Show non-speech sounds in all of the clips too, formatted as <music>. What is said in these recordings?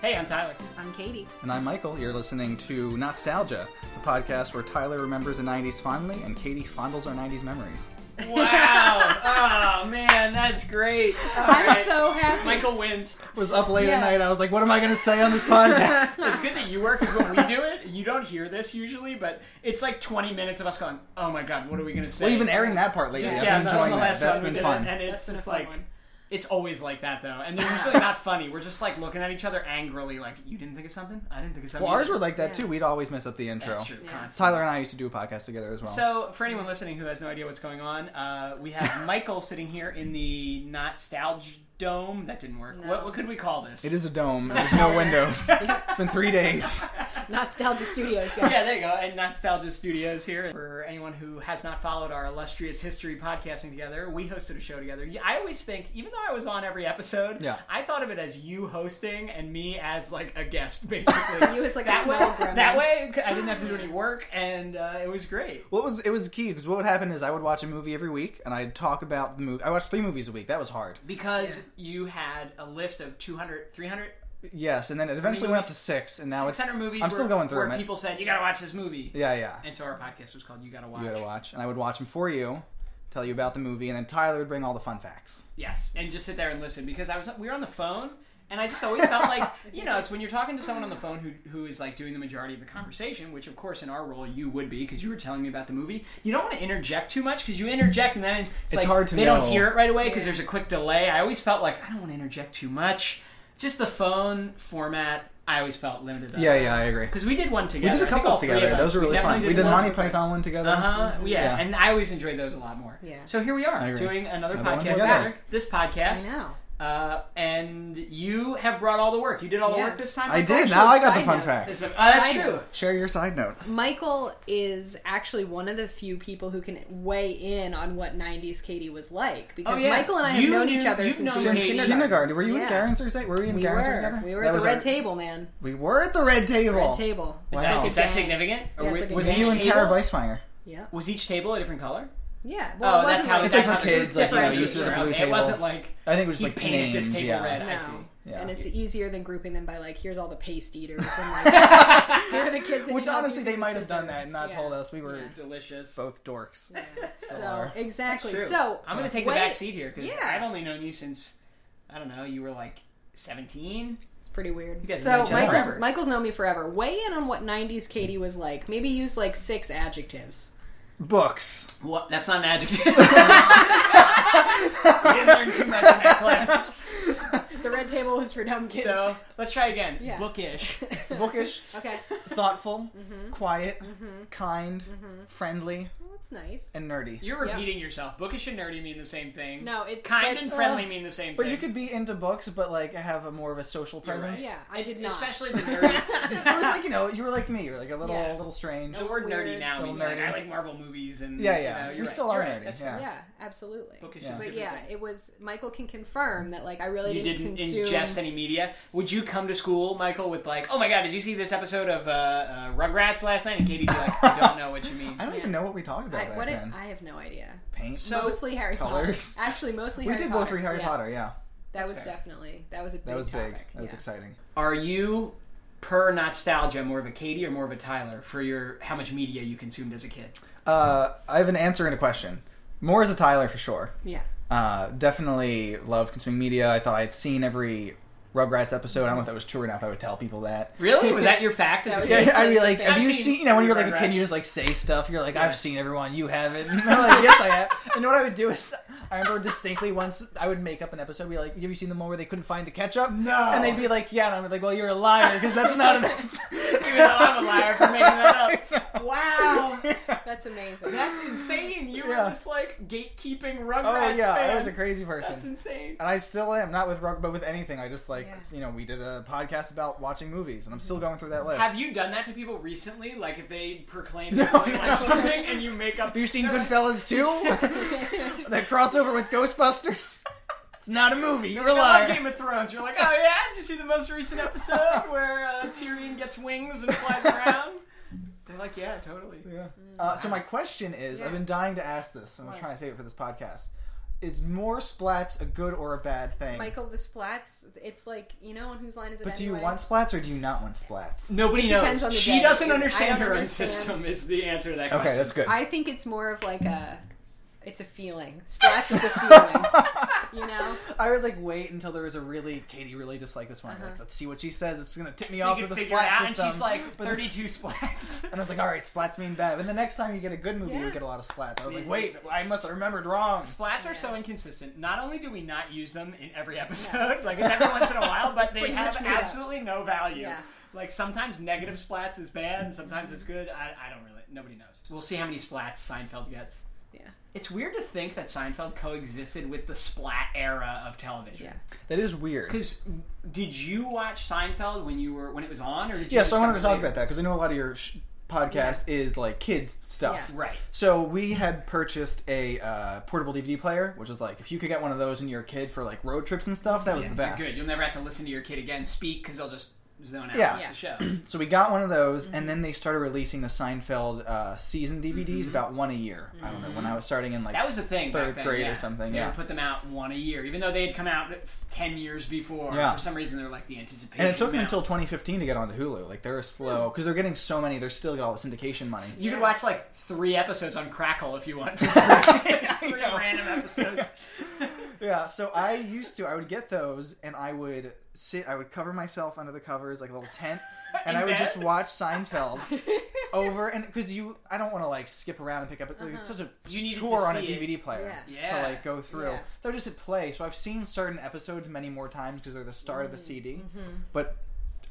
Hey, I'm Tyler. I'm Katie. And I'm Michael. You're listening to Nostalgia, the podcast where Tyler remembers the 90s fondly and Katie fondles our 90s memories. Wow. oh, man, that's great. All I'm right. so happy. Michael wins. I was up late Yeah. at night. I was like, what am I going to say on this podcast? <laughs> It's good that you work because when we do it, you don't hear this usually, but it's like 20 minutes of us going, oh my god, what are we going to say? well, you've been airing that part lately. Just, I've yeah, been until enjoying the that. last That's time we been did fun. It, and it's That's been a just fun like, one. it's always like that though. And they're usually not funny. We're just like looking at each other angrily, like, you didn't think of something? I didn't think of something. Well, ours either." were like that Yeah. too. We'd always mess up the intro. That's true. Yeah. constantly. Tyler and I used to do a podcast together as well. So, for anyone listening who has no idea what's going on, uh, we have Michael sitting here in the nostalgia dome. That didn't work. No. What, what could we call this? <laughs> it is a dome. There's no windows. it's been three days. Nostalgia <laughs> Studios, guys. yeah, there you go. And Nostalgia Studios here. For anyone who has not followed our illustrious history podcasting together, we hosted a show together. Yeah, I always think, even though I was on every episode, Yeah. I thought of it as you hosting and me as like a guest, <laughs> basically. You was like a that way, small gremlin. that way, I didn't have to do any work, and uh, it was great. What was it was key because what would happen is I would watch a movie every week and I'd talk about the movie. I watched three movies a week. That was hard. Because you had a list of 200, 300, Yes, and then it eventually went up to six, and now it's 600 movies I'm where, still going through where them. I- people said, you gotta watch this movie. yeah, yeah. And so our podcast was called You Gotta Watch. you gotta watch. And I would watch them for you, tell you about the movie, and then Tyler would bring all the fun facts. Yes, and just sit there and listen because I was we were on the phone and I just always felt <laughs> like you know it's when you're talking to someone on the phone who who is like doing the majority of the conversation, which of course in our role you would be because you were telling me about the movie. You don't want to interject too much because you interject and then it's, like, hard to they know. don't hear it right away because Yeah. there's a quick delay. I always felt like I don't want to interject too much. Just the phone format, I always felt limited. Yeah, yeah, I agree. Because we did one We together. did a I think couple all three of together. us. Those were really definitely fun. We did did one- Monty Python one together. uh huh. Yeah. Yeah. and I always enjoyed those a lot more. Yeah. So here we I are agree. doing another, Another one podcast together. together. This I podcast. know. Uh, and you have brought all the work. You did all the Yeah. work this time. I Michael? did. Now I got the side fun note. This facts. is- oh, that's Side true. note. Share your side note. Michael is actually one of the few people who can weigh in on what 90s Katie was like because Oh, yeah. Michael and I have You known knew- each other you've since, known we were Since Katie. kindergarten. Were you in Yeah. Garen's or something? Were we in We Garen's were. together? We were That at was the red our- table, man. We were at the red table. Red table. Is Wow. that, is that Dang. significant? Or Yeah, wa- it's like a was, game. each You and Kara table, Beiswanger. Yeah. was each table a different color? Yeah. oh, Well, it that's wasn't how like It's that's like how for the- kids, like, you different know, used to the colors blue were. It table. wasn't like I think it was he like painted this table named, yeah. red. I No. see. Yeah. And <laughs> it's easier than grouping them by like here's all the paste eaters <laughs> and like here are the kids. That Which need help honestly, using they the might have done scissors. that and not Yeah. told us. We were Yeah. Delicious. both dorks. So are. exactly. That's true. So I'm gonna take wait- the back seat here because Yeah. I've only known you since I don't know. You were like 17. Pretty weird. guys know So each other Michael's forever. Michael's known me forever. Weigh in on what '90s Katie was like. Maybe use like six adjectives. Books. What? That's not an <laughs> adjective. <laughs> we didn't learn too much in that class. The red table was for dumb kids. So let's try again. Yeah. <laughs> Bookish. Bookish. okay, thoughtful, quiet, kind, friendly, well, that's nice. and nerdy. You're Yep. repeating yourself. Bookish and nerdy mean the same thing. No, it's kind but- and friendly uh, mean the same But thing. you could be into books, but like have a more of a social You're right. presence. Yeah, I did not. <laughs> Especially the nerdy. <laughs> it was like you know, you were like me. You were like a little, Yeah. Oh, little strange. the word nerdy Weird. now Little means like, nerdy. I like Marvel movies and Yeah, yeah. You know, We you're right. still are You're right. nerdy, That's yeah. yeah, absolutely. Bookish Yeah. is a But different yeah, thing. it was. Michael can confirm that like I really You didn't, didn't consume. ingest any media. Would you come to school, Michael, with like, "Oh my God, did you see this episode of uh, uh, Rugrats last night?" And Katie'd be like, "I don't know what you mean." <laughs> I don't Yeah. even know what we talked about I, back what it, then. I have no idea. Paint. So- mostly Harry Colours. Potter. <laughs> Actually, mostly we Harry did Potter. both read Harry Yeah. Potter. Yeah, That was fair. definitely that was a big that was big. topic. That was yeah. exciting. Are you per nostalgia more of a Katie or more of a Tyler for your how much media you consumed as a kid? Uh, I have an answer and a question. More as a Tyler for sure. Yeah. Uh, definitely love consuming media. I thought I had seen every Rugrats episode. I don't know if that was true or not. But I would tell people that. Really? Was that your fact? as a That was kid? it. Yeah, I'd be like, have I've you seen seen, you know, when you're like a kid, Rugrats. you just like say stuff. You're like, Yeah. I've seen everyone, <laughs> you haven't. <laughs> And they're like, yes, I have. And what I would do is, I remember distinctly once I would make up an episode, be like, have you seen the one where they couldn't find the <laughs> ketchup? No. And they'd be like, yeah. And I'm like, well, you're a liar because that's not an episode. <laughs> Even though I'm a liar for making that <laughs> up. Wow. That's amazing. That's insane. You were Yeah. this like gatekeeping Rugrats <laughs> Oh, yeah. fan. I was a crazy That's person. insane. And I still am, not with Rug, but with anything. I just like, Yeah. you know, we did a podcast about watching movies, and I'm still going through that list. Have you done that to people recently? Like if they proclaim No, that they like <laughs> no. something and you make up Have you seen They're like, <laughs> Goodfellas too? <laughs> that crossover with Ghostbusters? <laughs> It's not a movie. You're a "I love liar. Game of Thrones. You're like, oh yeah, did you see the most recent <laughs> episode where uh, Tyrion gets wings and flies around? They're like, yeah, totally. Yeah. Uh, so my question is, Mm. Yeah. I've been dying to ask this, and I'm What? trying to save it for this podcast. is more splats a good or a bad thing? Michael the Splats. It's like you know on whose line is it? but do you anyway? want splats or do you not want splats? Nobody It depends knows. on the she day. doesn't I understand don't her understand. own system. Is the answer to that question? Okay, that's good. I think it's more of like a. It's a feeling. Splats <laughs> is <laughs> a feeling. you know. I would like wait until there was a really Katie really disliked this one. I'd be Like, Uh-huh. let's see what she says. It's gonna tip me So off you with can the figure it splat out, system. and she's like But- thirty-two <laughs> splats. <laughs> and I was like, all right, splats mean bad. And the next time you get a good movie, you Yeah. get a lot of splats. I was like, Yeah. wait, I must have remembered wrong. Splats are so Yeah. inconsistent. Not only do we not use them in every episode, <laughs> like it's every once in a <laughs> while, but they pretty have much made up. absolutely no value. Yeah. Mm-hmm. Like sometimes negative splats is bad, and sometimes it's good. I, I don't really. Nobody knows. We'll see how many splats Seinfeld gets. Yeah. It's weird to think that Seinfeld coexisted with the splat era of television. <laughs> Yeah. That is weird. Because did you watch Seinfeld when you were when it was on, or did you Yeah, so I wanted to talk discover about that because I know a lot of your sh- podcast is like kids stuff. Yeah. later? Right. So we had purchased a uh, portable DVD player, which was like if you could get one of those when you were a kid for like road trips and stuff, that was the best. You're good. You'll never have to listen to your kid again speak because they'll just zone out. Yeah. Yeah. The show. So we got one of those, Mm-hmm. and then they started releasing the Seinfeld uh, season DVDs about one a year. I don't know when I was starting in like Mm-hmm. That was the thing. back Third then, grade or yeah. something, They yeah. would put them out one a year, even though they had come out ten years before. Yeah. For some reason, they're like the anticipation. and it took them until mounts. 2015 to get onto Hulu. Like they're slow because they're getting so many. They're still got all the syndication money. You could Yeah. watch like three episodes on Crackle if you <laughs> want. <laughs> three know. random episodes. Yeah, so I used to. I would get those, and I would sit. I would cover myself under the covers, like a little tent, <laughs> and In I would bed? <laughs> just watch Seinfeld over and because you. I don't want to like skip around and pick up. Like, It's such a Uh-huh. You needed to chore on a see it. DVD player Yeah. to Yeah. like go through. Yeah. So I just hit play. So I've seen certain episodes many more times because they're the start of a CD, Mm-hmm. but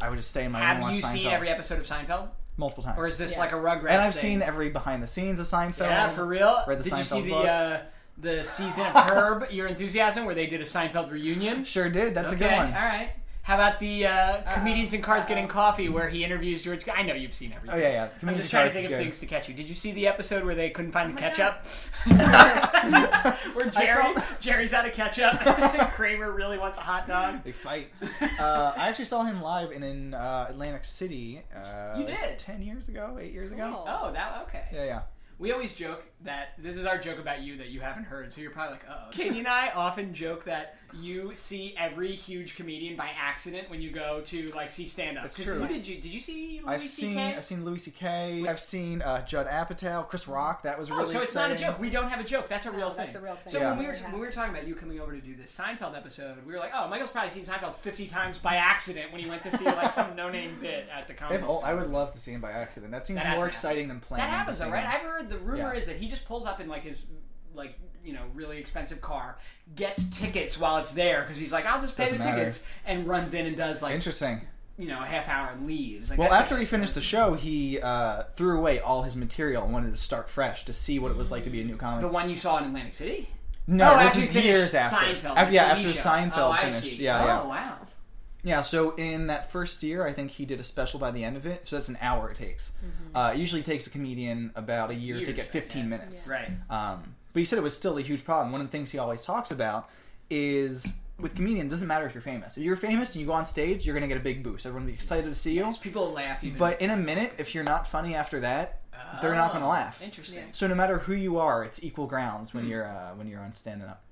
I would just stay in my room and Mm. Have watch you Seinfeld seen every episode of Seinfeld, multiple times. or is this Yeah. like a Rugrats? and I've thing? seen every behind the scenes of Seinfeld. Yeah, for real. Read the Did you see Seinfeld the book. uh, the season of Curb Your Enthusiasm where they did a Seinfeld reunion? sure did. That's a good Okay, one. All right. How about the uh, comedians in cars Uh-oh. getting coffee where he interviews George? I know you've seen everything. Oh yeah, yeah. I'm Community just trying to Cards is think of good. things to catch you. Did you see the episode where they couldn't find the Oh my ketchup? <laughs> where I <laughs> Jerry saw- Jerry's out of ketchup. Kramer really wants a hot dog. They fight. <laughs> uh, I actually saw him live in, in uh, Atlantic City. Uh, You did? ten years ago, eight years ago. Cool. <laughs> Oh, that okay. Yeah, yeah. We always joke that this is our joke about you that you haven't heard, so you're probably like, <laughs> oh. Katie and I often joke that you see every huge comedian by accident when you go to like see stand up. That's true. Who did you did you see Louis I've CK? seen I've seen Louis C.K. I've seen uh, Judd Apatow, Chris Rock. That was Oh, really so it's not a exciting. joke. We don't have a joke. That's a No, real thing. that's a real thing. So Yeah. when we were when we were talking about you coming over to do this Seinfeld episode, we were like, oh, Michael's probably seen Seinfeld fifty times by accident when he went to see like <laughs> some no name bit at the comedy. If, oh, store. I would love to see him by accident. That seems That more hasn't exciting than playing. That happens though, right? I've heard the rumor Yeah. is that he just pulls up in like his like you know really expensive car, gets tickets while it's there because he's like, I'll just pay Doesn't the matter. tickets and runs in and does like Interesting. you know a half hour and leaves. Like, Well, that's after like- he finished the show, he uh, threw away all his material and wanted to start fresh to see what it was like to be a new comic. the one you saw in Atlantic City. No, oh, this after he is finished years after. Seinfeld. After- the yeah, TV after show. Seinfeld oh, I finished. See. Yeah, oh, yeah. wow. Yeah, so in that first year, I think he did a special by the end of it. So that's an hour it takes. Uh, it usually takes a comedian about a year to Mm-hmm. Years, get I 15 guess. minutes. Right. Um, but he said it was still a huge problem. One of the things he always talks about is with comedian, it doesn't matter if you're famous. If you're famous and you go on stage, you're going to get a big boost. Everyone will be excited to see you. Because people laugh even. But in a minute, if you're not funny after that, they're not going to Oh, laugh. Interesting. So no matter who you are, it's equal grounds Hmm. when you're uh, when you're on standing up.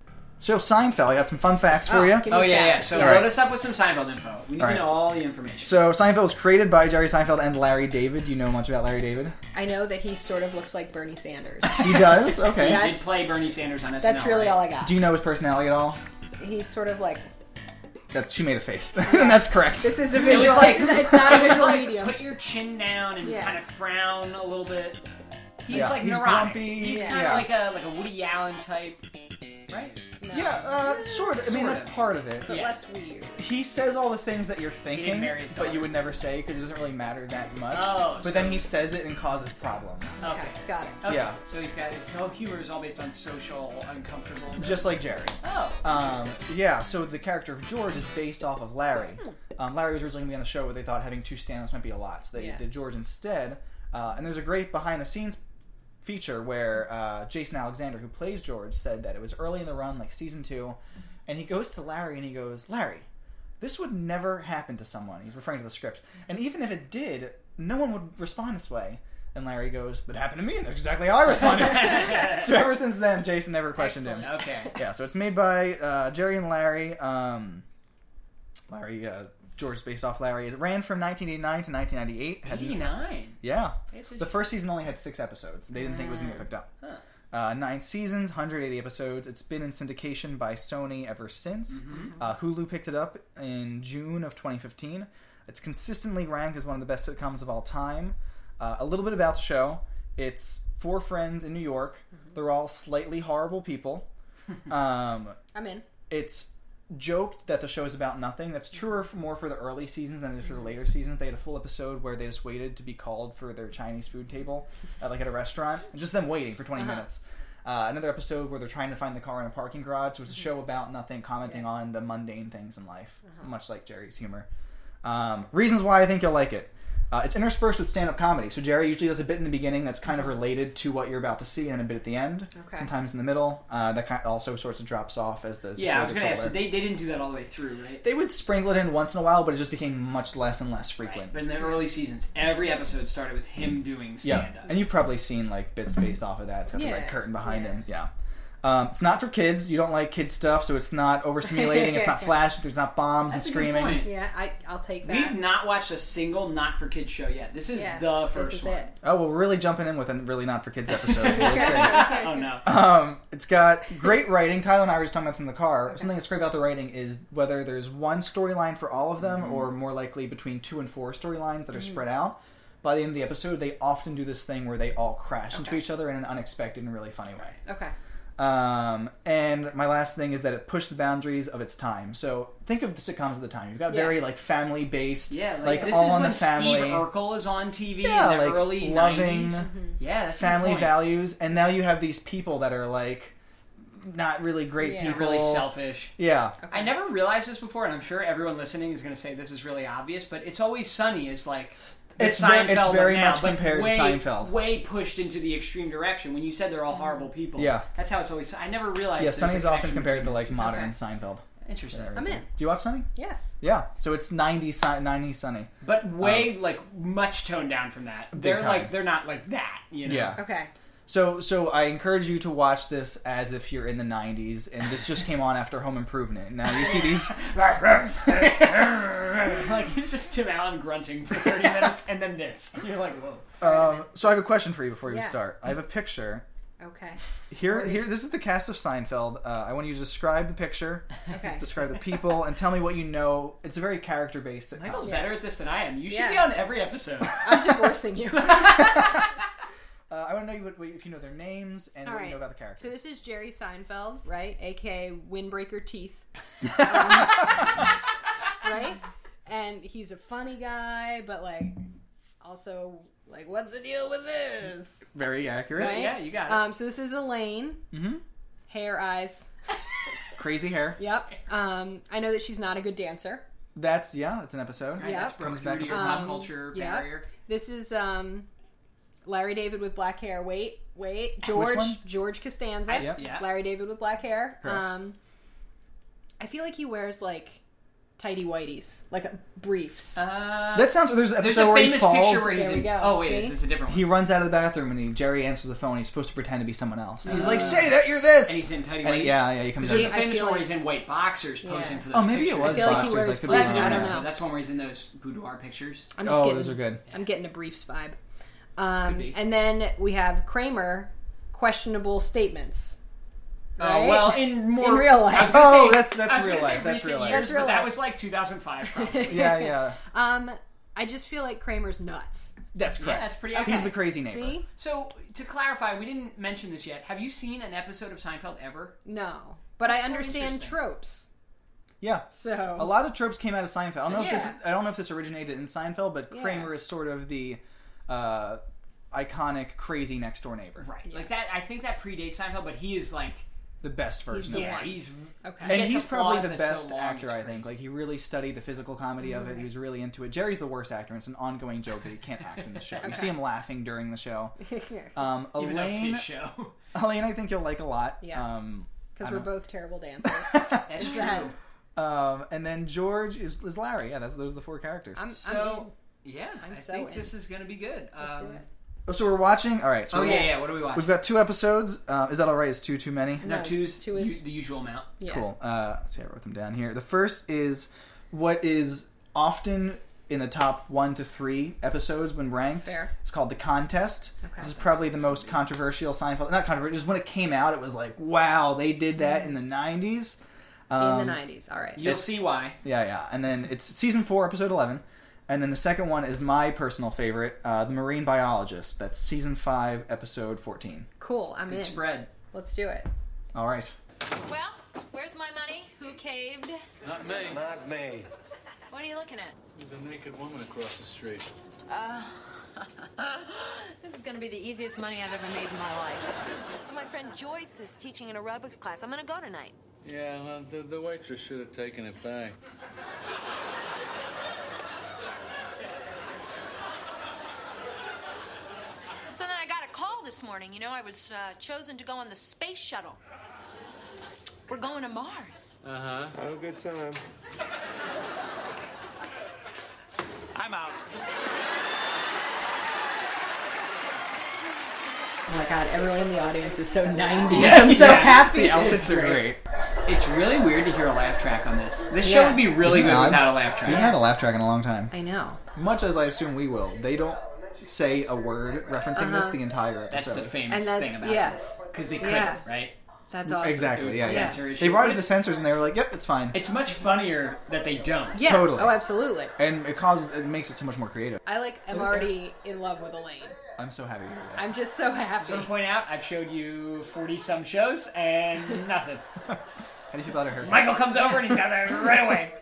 So Seinfeld, I got some fun facts for Oh, you. give me Oh yeah, yeah. facts. So Yeah. load us up with some Seinfeld info. We need All right. to know all the information. <laughs> So Seinfeld was created by Jerry Seinfeld and Larry David. Do you know much about Larry David? I know that he sort of looks like Bernie <laughs> Sanders. He <laughs> does. Okay. he did that's- play Bernie Sanders on SNL. That's really right? all I got. Do you know his personality at all? He's sort of like That's she made a face. <laughs> and that's correct. this is a was visual. like- it's, it's not a Just, <laughs> visual like, medium. Put your chin down and Yeah. kind of frown a little bit. He's Yeah. like He's neurotic. grumpy, He's kind yeah. of like a like a Woody Allen type, right? No. yeah, uh, sort of. I mean, Sort that's of. part of it. but yeah. less weird. He says all the things that you're thinking, marry his but daughter. you would never say because it doesn't really matter that much. Oh, but so- then he says it and causes problems, Okay. Okay, got it. Okay. Yeah. So he's got his whole humor is all based on social uncomfortable. just like Jerry. <laughs> oh. Um, yeah, so the character of George is based off of Larry. Um, Larry was originally going to be on the show where they thought having two stand-ups might be a lot, so they Yeah. did George instead. Uh, and there's a great behind-the-scenes feature where uh, Jason Alexander, who plays George, said that it was early in the run, like season two, and he goes to Larry and he goes, Larry, this would never happen to someone. He's referring to the script. And even if it did, no one would respond this way. And Larry goes, "That happened to me." And that's exactly how I <laughs> responded. so ever since then, Jason never questioned him. Excellent. Okay. Yeah. So it's made by uh, Jerry and Larry. Um, Larry uh, George is based off Larry. It ran from 1989 to 1998. Had- Eighty nine. yeah. The first season only had six episodes. They didn't think it was going to get picked up. Huh. Uh, nine seasons, 180 episodes. It's been in syndication by Sony ever since. Mm-hmm. Uh, Hulu picked it up in June of 2015. It's consistently ranked as one of the best sitcoms of all time. Uh, a little bit about the show it's four friends in New York. They're all slightly horrible people. um, I'm in. it's joked that the show is about nothing. That's truer for more for the early seasons than it is for the later seasons. They had a full episode where they just waited to be called for their Chinese food table, uh, like at a restaurant, and just them waiting for 20 minutes. Uh, another episode where they're trying to find the car in a parking garage was a show about nothing, commenting on the mundane things in life, Uh-huh. much like Jerry's humor. Um, reasons why I think you'll like it. Uh, it's interspersed with stand-up comedy, so Jerry usually does a bit in the beginning that's kind of related to what you're about to see, and a bit at the end. Uh-huh. Okay. Sometimes in the middle, uh, that kind also sort of drops off as the Yeah, I was Sure, gonna it's ask. Did older. they they didn't do that all the way through, right? They would sprinkle it in once in a while, but it just became much less and less Right. frequent. But in the early seasons, every episode started with him doing yeah, stand up. and you've probably seen like bits based off of that. It's got the Yeah, red curtain behind yeah. him. Yeah. Um, it's not for kids. You don't like kid stuff, so it's not overstimulating. it's <laughs> not flash. There's not bombs That's a and good screaming. point. Yeah, I I'll take that. We've not watched a single not for kids show yet. This is yeah, the first this is one. it. Oh, well, we're really jumping in with a really not for kids episode. <laughs> <laughs> We'll see. oh no. Um, it's got great writing. Tyler and I were just talking about this in the car. Something that's great about the writing is whether there's one storyline for all of Mm-hmm. them, or more likely between two and four storylines that are spread out. By the end of the episode, they often do this thing where they all crash into Okay. each other in an unexpected and really funny way. Okay. Um, and my last thing is that it pushed the boundaries of its time. So think of the sitcoms of the time. You've got Yeah. very like family based, Yeah, like, like, this all is on when the family. Steve Urkel is on TV Yeah, in the like, early loving, 90s. Mm-hmm. Yeah, that's a good family point. values, and now you have these people that are like not really great Yeah. people. Really selfish. Yeah. okay. I never realized this before, and I'm sure everyone listening is going to say this is really obvious, but it's always sunny is like the It's ver- Seinfeld it's of very now, much but compared to way, Seinfeld. Way pushed into the extreme direction when you said they're all Mm-hmm. horrible people. Yeah. that's how it's always. I never realized. Yeah, there's Sunny's a often connection compared to between like those modern Okay. Seinfeld. two. Interesting, For that I'm reason. in. Do you watch Sunny? Yes. Yeah. So it's 90 Sun- 90 Sunny. but way like much toned down from that. They're Um, time. like they're not like that. You know. <laughs> Yeah. Okay. So so I encourage you to watch this as if you're in the 90s and this just came on after Home Improvement. Now you <laughs> see these like it's just Tim Allen grunting for 30 minutes and then this. <laughs> You're like, whoa. um, so I have a question for you before you Yeah. start. I have a picture. <laughs> Okay. Here here this is the cast of Seinfeld. Uh, I want you to describe the picture, Okay. describe the people and tell me what you know. It's a very uh, character based Michael's Yeah. better at this than I am. You should Yeah. be on every <laughs> episode. I'm divorcing you. Uh, I want to know you what, what- if you know their names and All what right. you know about the characters. So this is Jerry Seinfeld, right? AKA Windbreaker Teeth. Um, right? And he's a funny guy, but like also like what's the deal with this? <laughs> very accurate. Right? yeah, you got it. Um so this is Elaine. Mhm. Hair <laughs> eyes. Crazy hair. Yep. Um I know that she's not a good dancer. That's yeah, it's an episode. Right, yeah. that's broke Comes through back to your up. pop Um, culture yeah. barrier. This is um Larry David with black hair. Wait, wait. George one? George Costanza. I- Yep. Yeah. Larry David with black hair. Correct. Um, I feel like he wears like tidy whities, like uh, briefs. Uh, That sounds. There's an there's episode a where he famous falls. picture where he's There in. we go, oh wait, see? is this a different one? he runs out of the bathroom and he, Jerry answers the phone. He's supposed to pretend to be someone else. And he's like, Uh, "Say that you're this." and he's in tidy And he- whities. yeah, yeah. He comes. There's See, a Out. I famous feel one where like- he's in white boxers posing Yeah. for those Oh, maybe it pictures. was feel like he boxers. wears could be Well, that's wrong. I another don't episode. know. That's one where he's in those boudoir pictures. I'm just Oh, getting, those are good. I'm getting a briefs vibe. Could Um, be. and then we have Kramer questionable statements. Oh Right? well, in more In real life. I was gonna Oh, say- that's- that's I was real gonna say life, that's recent real life. years, That's real but that life. was like 2005. <laughs> Probably. Yeah, Yeah, yeah. Um, I just feel like Kramer's nuts. That's correct. that's pretty. Okay. accurate. He's the crazy neighbor. See? So to clarify, we didn't mention this yet. Have you seen an episode of Seinfeld ever? No, but That's I so understand interesting. tropes. Yeah. So A lot of tropes came out of Seinfeld. I don't know if this. Yeah. I don't know if this originated in Seinfeld, but Yeah. Kramer is sort of the uh, iconic crazy next door neighbor. Right. Like that. I think that predates Seinfeld, but he is like. The best version the one. of Yeah, it. he's Okay. he and gets he's probably applause the that's so best long, actor, it's I crazy. think. Mm. Like he really studied the physical comedy of it. He was really into it. Jerry's the worst actor. and It's an ongoing joke that he can't act in the show. You see him laughing during <laughs> the show. <laughs> Um, even though it's Elaine, his show. Elaine, I think you'll like a lot. Yeah. Um, because I we're don't- both terrible <laughs> dancers. <laughs> That's Is true. that- um, and then George is, is Larry. Yeah, that's those are the four characters. I'm, So I'm in. yeah, i so think in. this is gonna be good. Let's do Um, it. Oh, so we're watching. All right. So Oh we're- yeah, yeah. What are we watching? We've got two episodes. Uh, is that all right? Is two too many? no, No, two's two is- u- the usual amount. Yeah. Cool. Uh, let's see, I wrote them down here. The first is what is often in the top one to three episodes when ranked. Fair. It's called The Contest. Okay. This is probably the most controversial Seinfeld. Not controversial, just when it came out, it was like, wow, they did that in the 90s. Um, Mm-hmm. in the 90s. All right. You'll It's- see why. Yeah, yeah. And then it's season four, episode 11. And then the second one is my personal favorite, uh, The Marine Biologist. That's season five, episode 14. Cool. I'm Good in. spread. <laughs> Let's do it. All right. Well, where's my money? Who caved? Not me. Not me. What are you looking at? There's a naked woman across the street. Uh, <laughs> this is gonna be the easiest money I've ever made in my life. So my friend Joyce is teaching an aerobics class. I'm gonna go tonight. Yeah, well, the, the waitress should have taken it back. So then I got a call this morning. You know, I was uh, chosen to go on the space shuttle. We're going to Mars. Uh huh. Oh, good time. I'm out. Oh my god, everyone in the audience is so 90s. Yeah, I'm so yeah. happy. The outfits are great. great. It's really weird to hear a laugh track on this. This show Yeah. would be really good Odd. without a laugh We track. haven't had a laugh track in a long time. I know. Much as I assume we will, they don't say a word referencing this Uh-huh. the entire That's episode. the famous And that's- thing about yeah. this because they couldn't, Yeah. right? That's awesome. It was Exactly. a Yeah, yeah. censor issue. They brought But it to it's- censors, and they were like, "Yep, it's fine." It's much funnier that they don't. Yeah. Totally. Oh, absolutely. and it causes it makes it so much more creative. I like am Listen. already in love with Elaine. I'm so happy to hear that. I'm just so So to happy. point out, I've showed you forty some shows and nothing. How do you feel about her? Michael comes over and he's got that right away.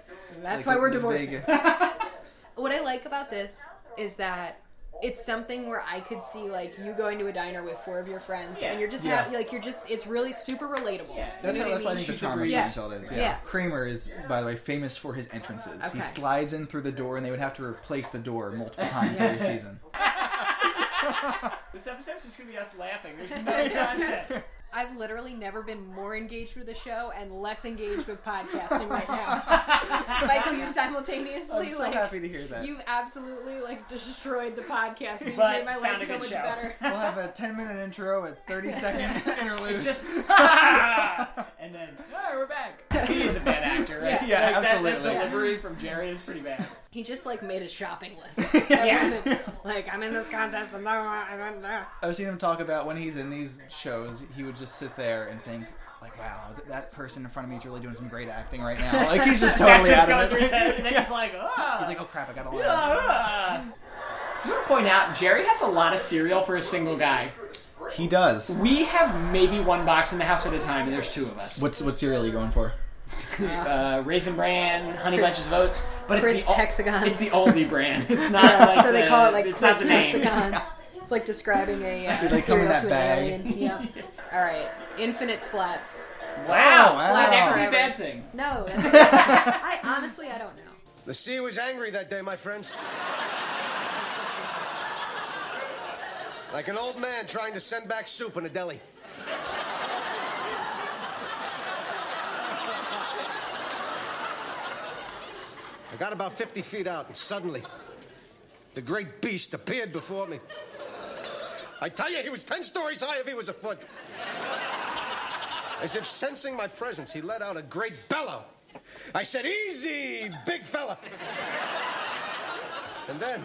That's Like, why we're the divorcing. big- <laughs> What I like about this is that it's something where I could see like you going to a diner with four of your friends Yeah. and you're just Yeah. happy, like you're just it's really super relatable. Yeah. That's, You how, know what I mean? that's why I think the Shoot the charm of breeze. Yeah. Seinfeld is. Yeah. Yeah. Kramer is, by the way, famous for his entrances. Okay. He slides in through the door, and they would have to replace the door multiple <laughs> times every season. This episode's just gonna be us laughing. <laughs> There's no content. I've literally never been more engaged with a show and less engaged with podcasting right now. <laughs> Michael, you simultaneously I'm so like happy to hear that. you've absolutely like destroyed the podcast. You've But made my found life a so good much show. better. <laughs> We'll have a 10 minute intro, a <laughs> 30 second interlude. It's <laughs> just <laughs> and then oh, we're back. He is a bad actor, right? Yeah. Yeah, Like, that- absolutely. That, delivery from Jerry is pretty bad. He just like made a shopping <laughs> list. That Yeah. wasn't, like I'm in this contest. I'm not. I'm not- I'm not. I've seen him talk about when he's in these shows, he would just sit there and think, like, wow, th- that person in front of me is really doing some great acting right now. Like, he's <laughs> just totally That's what's out going of through his head, and it. then <laughs> he's like, oh. <laughs> <laughs> He's like, oh crap, I got a Yeah, line. uh. Just want to point out, Jerry has a lot of cereal for a single guy. He does. We have maybe one box in the house at a time, and there's two of us. What's what cereal are you going for? Uh, Raisin Bran, Honey Crisp- Bunches of Oats, but it's Crisp the, ol- hexagons. It's the oldie brand. <laughs> It's not Yeah, like so the- they call it like it's not crisp the name. hexagons. It's like describing a uh, Did they come cereal in that to an bag? alien. <laughs> Yeah. All right, infinite splats. Wow, Wow. that could be a Forever. bad thing. No, <laughs> that's I honestly I don't know. The sea was angry that day, my friends. Like an old man trying to send back soup in a deli. I got about 50 feet out, and suddenly, the great beast appeared before me. I tell you, he was 10 stories high if he was a foot. As if sensing my presence, he let out a great bellow. I said, Easy, big fella. and then,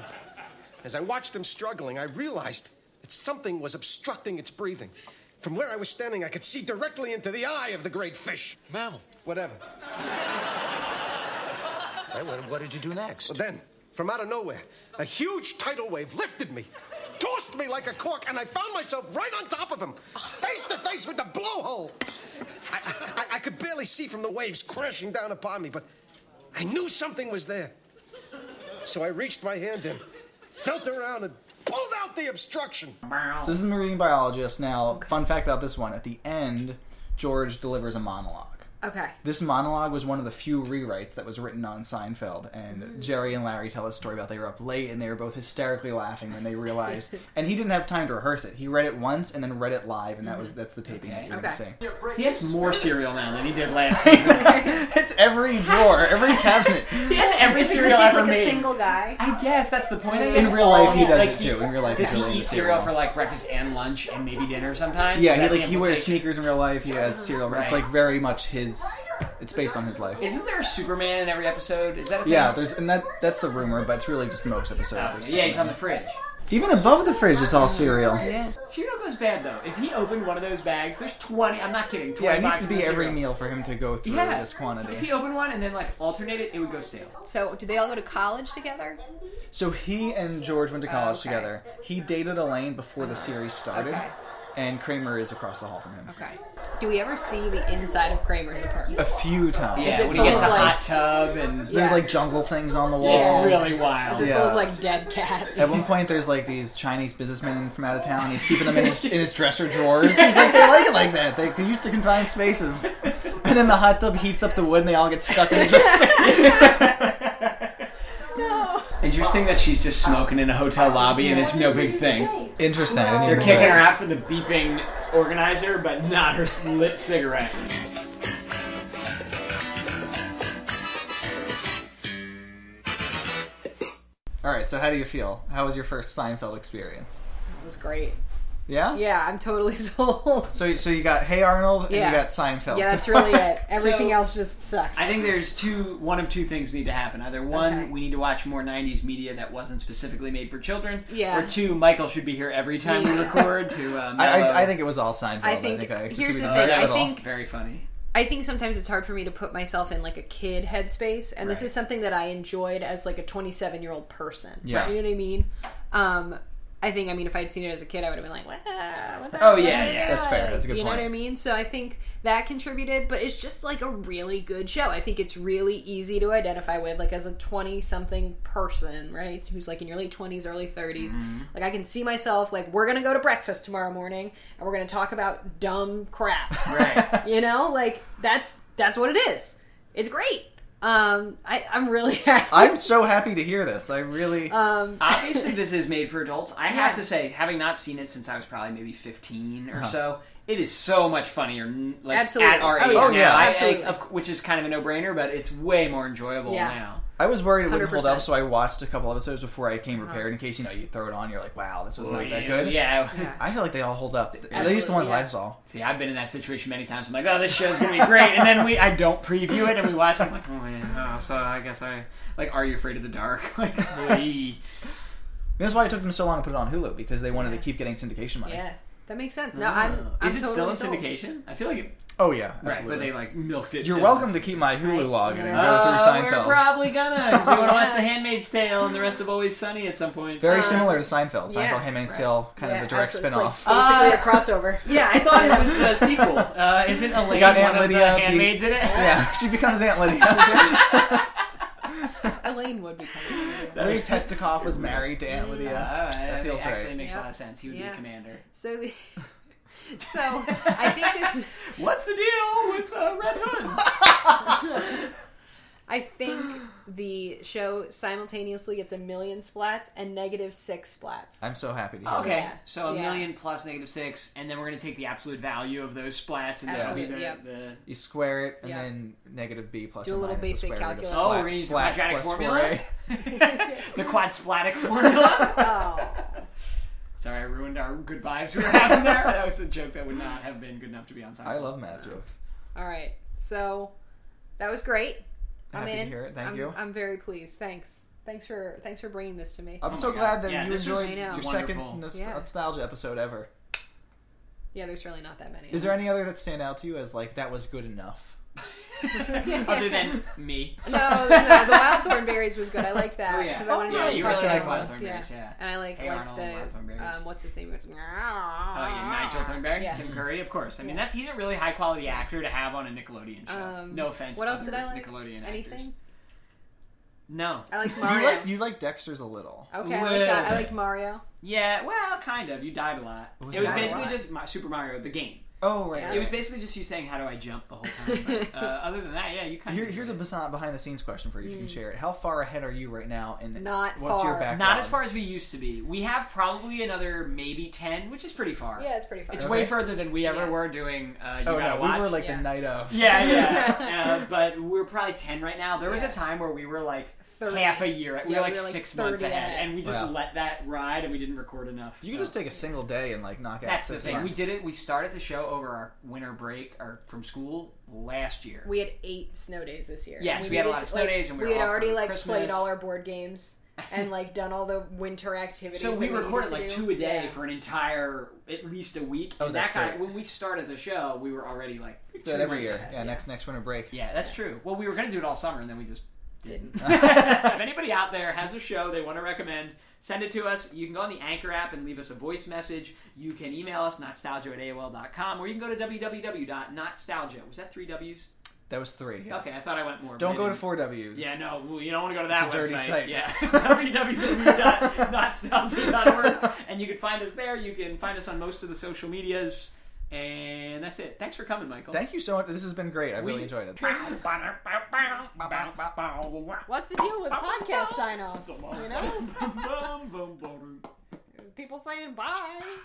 as I watched him struggling, I realized that something was obstructing its breathing. From where I was standing, I could see directly into the eye of the great fish. Mammal. Whatever. What, what did you do next? But then, from out of nowhere, a huge tidal wave lifted me, tossed me like a cork, and I found myself right on top of him, face to face with the blowhole. I, I, I could barely see from the waves crashing down upon me, but I knew something was there. So I reached my hand in, felt around, and pulled out the obstruction. So this is marine biologist. Now, fun fact about this one: at the end, George delivers a monologue. Okay. This monologue was one of the few rewrites that was written on Seinfeld, and Mm-hmm. Jerry and Larry tell a story about they were up late and they were both hysterically laughing <laughs> when they realized. and he didn't have time to rehearse it. He read it once and then read it live, and that Mm-hmm. was that's the taping that you're Okay. gonna see. He has more cereal now than he did last season. <laughs> it's every <laughs> drawer, every cabinet. he has every Because cereal he's ever like made. a single guy. I guess that's the point. I guess. In real life, he All- does like, it too. In real life, Does he's he really eat into cereal for like breakfast and lunch and maybe dinner sometimes? Is Yeah, he that the like he wears implication? sneakers in real life. <laughs> He has cereal. It's Right. like very much his. It's based on his life. Isn't there a Superman in every episode? Is that a thing? Yeah, there's and that that's the rumor, but it's really just most episodes. Oh, There's- yeah, he's on the fridge. Even above the fridge, it's all cereal. Yeah, Cereal goes bad though. If he opened one of those bags, there's 20. I'm not kidding. 20 it needs to boxes be of every cereal. meal for him to go through Yeah. this quantity. If he opened one and then like alternate it, it would go stale. So, do they all go to college together? So he and George went to college Oh, Okay. Uh, together. He dated Elaine before the series started, Okay. and Kramer is across the hall from him. Okay. Do we ever see the inside of Kramer's A apartment? few times. Yeah, it when he full gets a of, like- hot tub and There's Yeah. like jungle things on the it's walls. really wild. Is it full Yeah. of like dead cats? At one point, there's like these Chinese businessmen from out of town. He's keeping them <laughs> in his, in his dresser drawers. He's like, they like it like that. They used to confined spaces. And then the hot tub heats up the wood, and they all get stuck in the dresser. <laughs> Interesting that she's just smoking in a hotel lobby and it's no big thing. Interesting. I didn't They're even kicking know her that. out for the beeping organizer, but not her lit cigarette. All right. So, how do you feel? How was your first Seinfeld experience? That was great. Yeah. Yeah, I'm totally <laughs> sold. So, so you got Hey Arnold, and Yeah. you got Seinfeld. Yeah, that's So- <laughs> really it. Everything So- else just sucks. I think there's two, one of two things need to happen. Either one, Okay. we need to watch more '90s media that wasn't specifically made for children. Yeah. Or two, Michael should be here every time we Yeah. record. To um, I, I, I think it was all Seinfeld. I I think- think. I here's the contributed thing, to I it all. think- very funny. I think sometimes it's hard for me to put myself in like a kid headspace, and this Right. is something that I enjoyed as like a 27 year old person. Yeah. you know what I mean. Um, I think I mean if I'd seen it as a kid, I would have been like, "Wah, what the Oh, hell yeah, are they yeah. That's fair. doing?" That's a good You know what point. I mean? So I think that contributed, but it's just like a really good show. I think it's really easy to identify with, like as a 20 something person, right? Who's like in your late 20s, early 30s. Mm-hmm. Like I can see myself like we're gonna go to breakfast tomorrow morning, and we're gonna talk about dumb crap. Right. You know, like that's that's what it is. It's great. Um, I, I'm really <laughs> happy. I'm so happy to hear this. I really. um, Obviously, this is made for adults. I have Yeah. to say, having not seen it since I was probably maybe 15 Uh-huh. or so, it is so much funnier. n- Like Absolutely. at our Oh, age yeah. now. Yeah. I- I- Absolutely. of- which is kind of a no-brainer, but it's way more enjoyable Yeah. now. I was worried it wouldn't hold 100%. Uh-huh. up, so I watched a couple episodes before I came prepared. In case you know, you throw it on, you're like, "Wow, this was not that good." Yeah. I feel like they all hold up. At least the ones yeah. I saw. <laughs> See, I've been in that situation many times. I'm like, oh, this show's gonna be great, and then we, I don't preview it, and we watch. it. I'm like, oh man, oh, so I guess I like, are you afraid of the dark? <laughs> Like, bleh. That's why it took them so long to put it on Hulu because they wanted to keep getting syndication money. yeah, that makes sense. No, I'm. I'm is it totally still in sold. syndication? I feel like it, Oh yeah, right, absolutely. but they like milked it. You're as welcome much. to keep my Hulu Right. log and Yeah. then Oh, go through we're Seinfeld. probably <laughs> gonna. 'cause we want to watch Yeah. The Handmaid's Tale and the rest of Always Sunny at some point. Very Um, similar to Seinfeld. Seinfeld, yeah, Handmaid's Tale, kind Yeah, of a direct absolutely. spin-off. It's like Uh, basically a crossover. yeah, I thought it was a sequel. Uh, isn't Elaine got Aunt one of the Lydia, the- handmaids in it? <laughs> yeah, she becomes Aunt <laughs> Lydia. Elaine would be coming. <laughs> Larry Testikoff was married to Aunt Lydia. Uh, that feels actually right. makes a Yeah. lot of sense. He would be Yeah. a commander. So, <laughs> the- so I think this. What's the deal with uh, Red Hoods? <laughs> I think the show simultaneously gets a million splats and negative six <laughs> splats. I'm so happy to hear. <laughs> Okay, Yeah. so a Yeah. million plus negative six, and then we're going to take the absolute value of those splats, and that'll be Absolute, the. yep. the You square it and Yeah. then negative b plus Do a or little minus the basic square root of calculus. oh, splat- we're going to use the splat quadratic plus formula, 4a. <laughs> the quad splatic <laughs> formula. Oh, Sorry, I ruined our good vibes we were having there. That was a joke that would not have been good enough to be on. Seinfeld. <laughs> I love math jokes. all right. So that was great. I'm Happy in. to hear it. Thank I'm, you. I'm very pleased. Thanks. Thanks for thanks for bringing this to me. I'm my so God. glad that Yeah, you this was enjoyed I know. your second wonderful. nos- Yeah. nostalgia episode ever. yeah, there's really not that many. Is there any other that stand out to you as like that was good enough? <laughs> Other than me, no, no, the wild thornberries was good. I liked that Oh, yeah. because Oh, I wanted yeah, to you talk really to like everyone wild else, thornberries, yeah. and I like Hey, like Arnold, wild the thornberries. um, what's his name? It's oh yeah, <laughs> Nigel Thornberry, Yeah. Tim Curry, of course. I mean, that's he's a really high quality actor to have on a Nickelodeon show. Um, no offense. What to else did I other like? Nickelodeon actors. Anything? No. I like You Mario. like you like Dexter's a little. Okay, I like that. I Little. like Mario. Yeah, well, kind of. You died a lot. It was died a basically lot. just Ma- Super Mario, the game. Oh right. It was basically just you saying, "How do I jump?" the whole time. But, uh, <laughs> other than that, yeah, you kind Here, of here's a behind the scenes question for you. If you can share it, how far ahead are you right now? And Hmm. Not what's your far. background? not as far as we used to be. We have probably another maybe ten, which is pretty far. Yeah, it's pretty far. It's way Okay. further than we ever Yeah. were doing. Uh, you Oh gotta no, watch. we were like Yeah. the night of. yeah, <laughs> <laughs> yeah. uh, but we're probably ten right now. There was Yeah. a time where we were like 30. half a year. We Yeah, were like we were, like, six months 30 ahead, ahead. and we just Wow. let that ride, and we didn't record enough. You so. can just take a single day and like knock out. That's the six thing. We months. did it. We started the show over our winter break or from school last year. We had eight snow days this year. Yes, And we had a needed lot of to- snow like, days and we were had off already for like Christmas. played all our board games <laughs> and like done all the winter activities. so that we needed recorded to like do. two a day Yeah. for an entire, at least a week. Oh, and that's that guy, great. when we started the show, we were already like Do two that every months year. ahead. Yeah, next next winter break. Yeah, that's true. Well, we were going to do it all summer, and then we just didn't. <laughs> Didn't. if anybody out there has a show they want to recommend, send it to us. You can go on the Anchor app and leave us a voice message. You can email us, nostalgia at AOL.com, or you can go to www.nostalgia. Was that three W's? That was three. yes. Okay, I thought I went more. but Don't I go to didn't. four W's. Yeah, no, well, you don't want to go to that It's a dirty website. site. Yeah, <laughs> www.nostalgia.org, and you can find us there. You can find us on most of the social medias, and that's it. Thanks for coming, Michael. Thank you so much. This has been great. I We- really enjoyed it. What's the deal with podcast <laughs> sign offs? You know? People saying bye.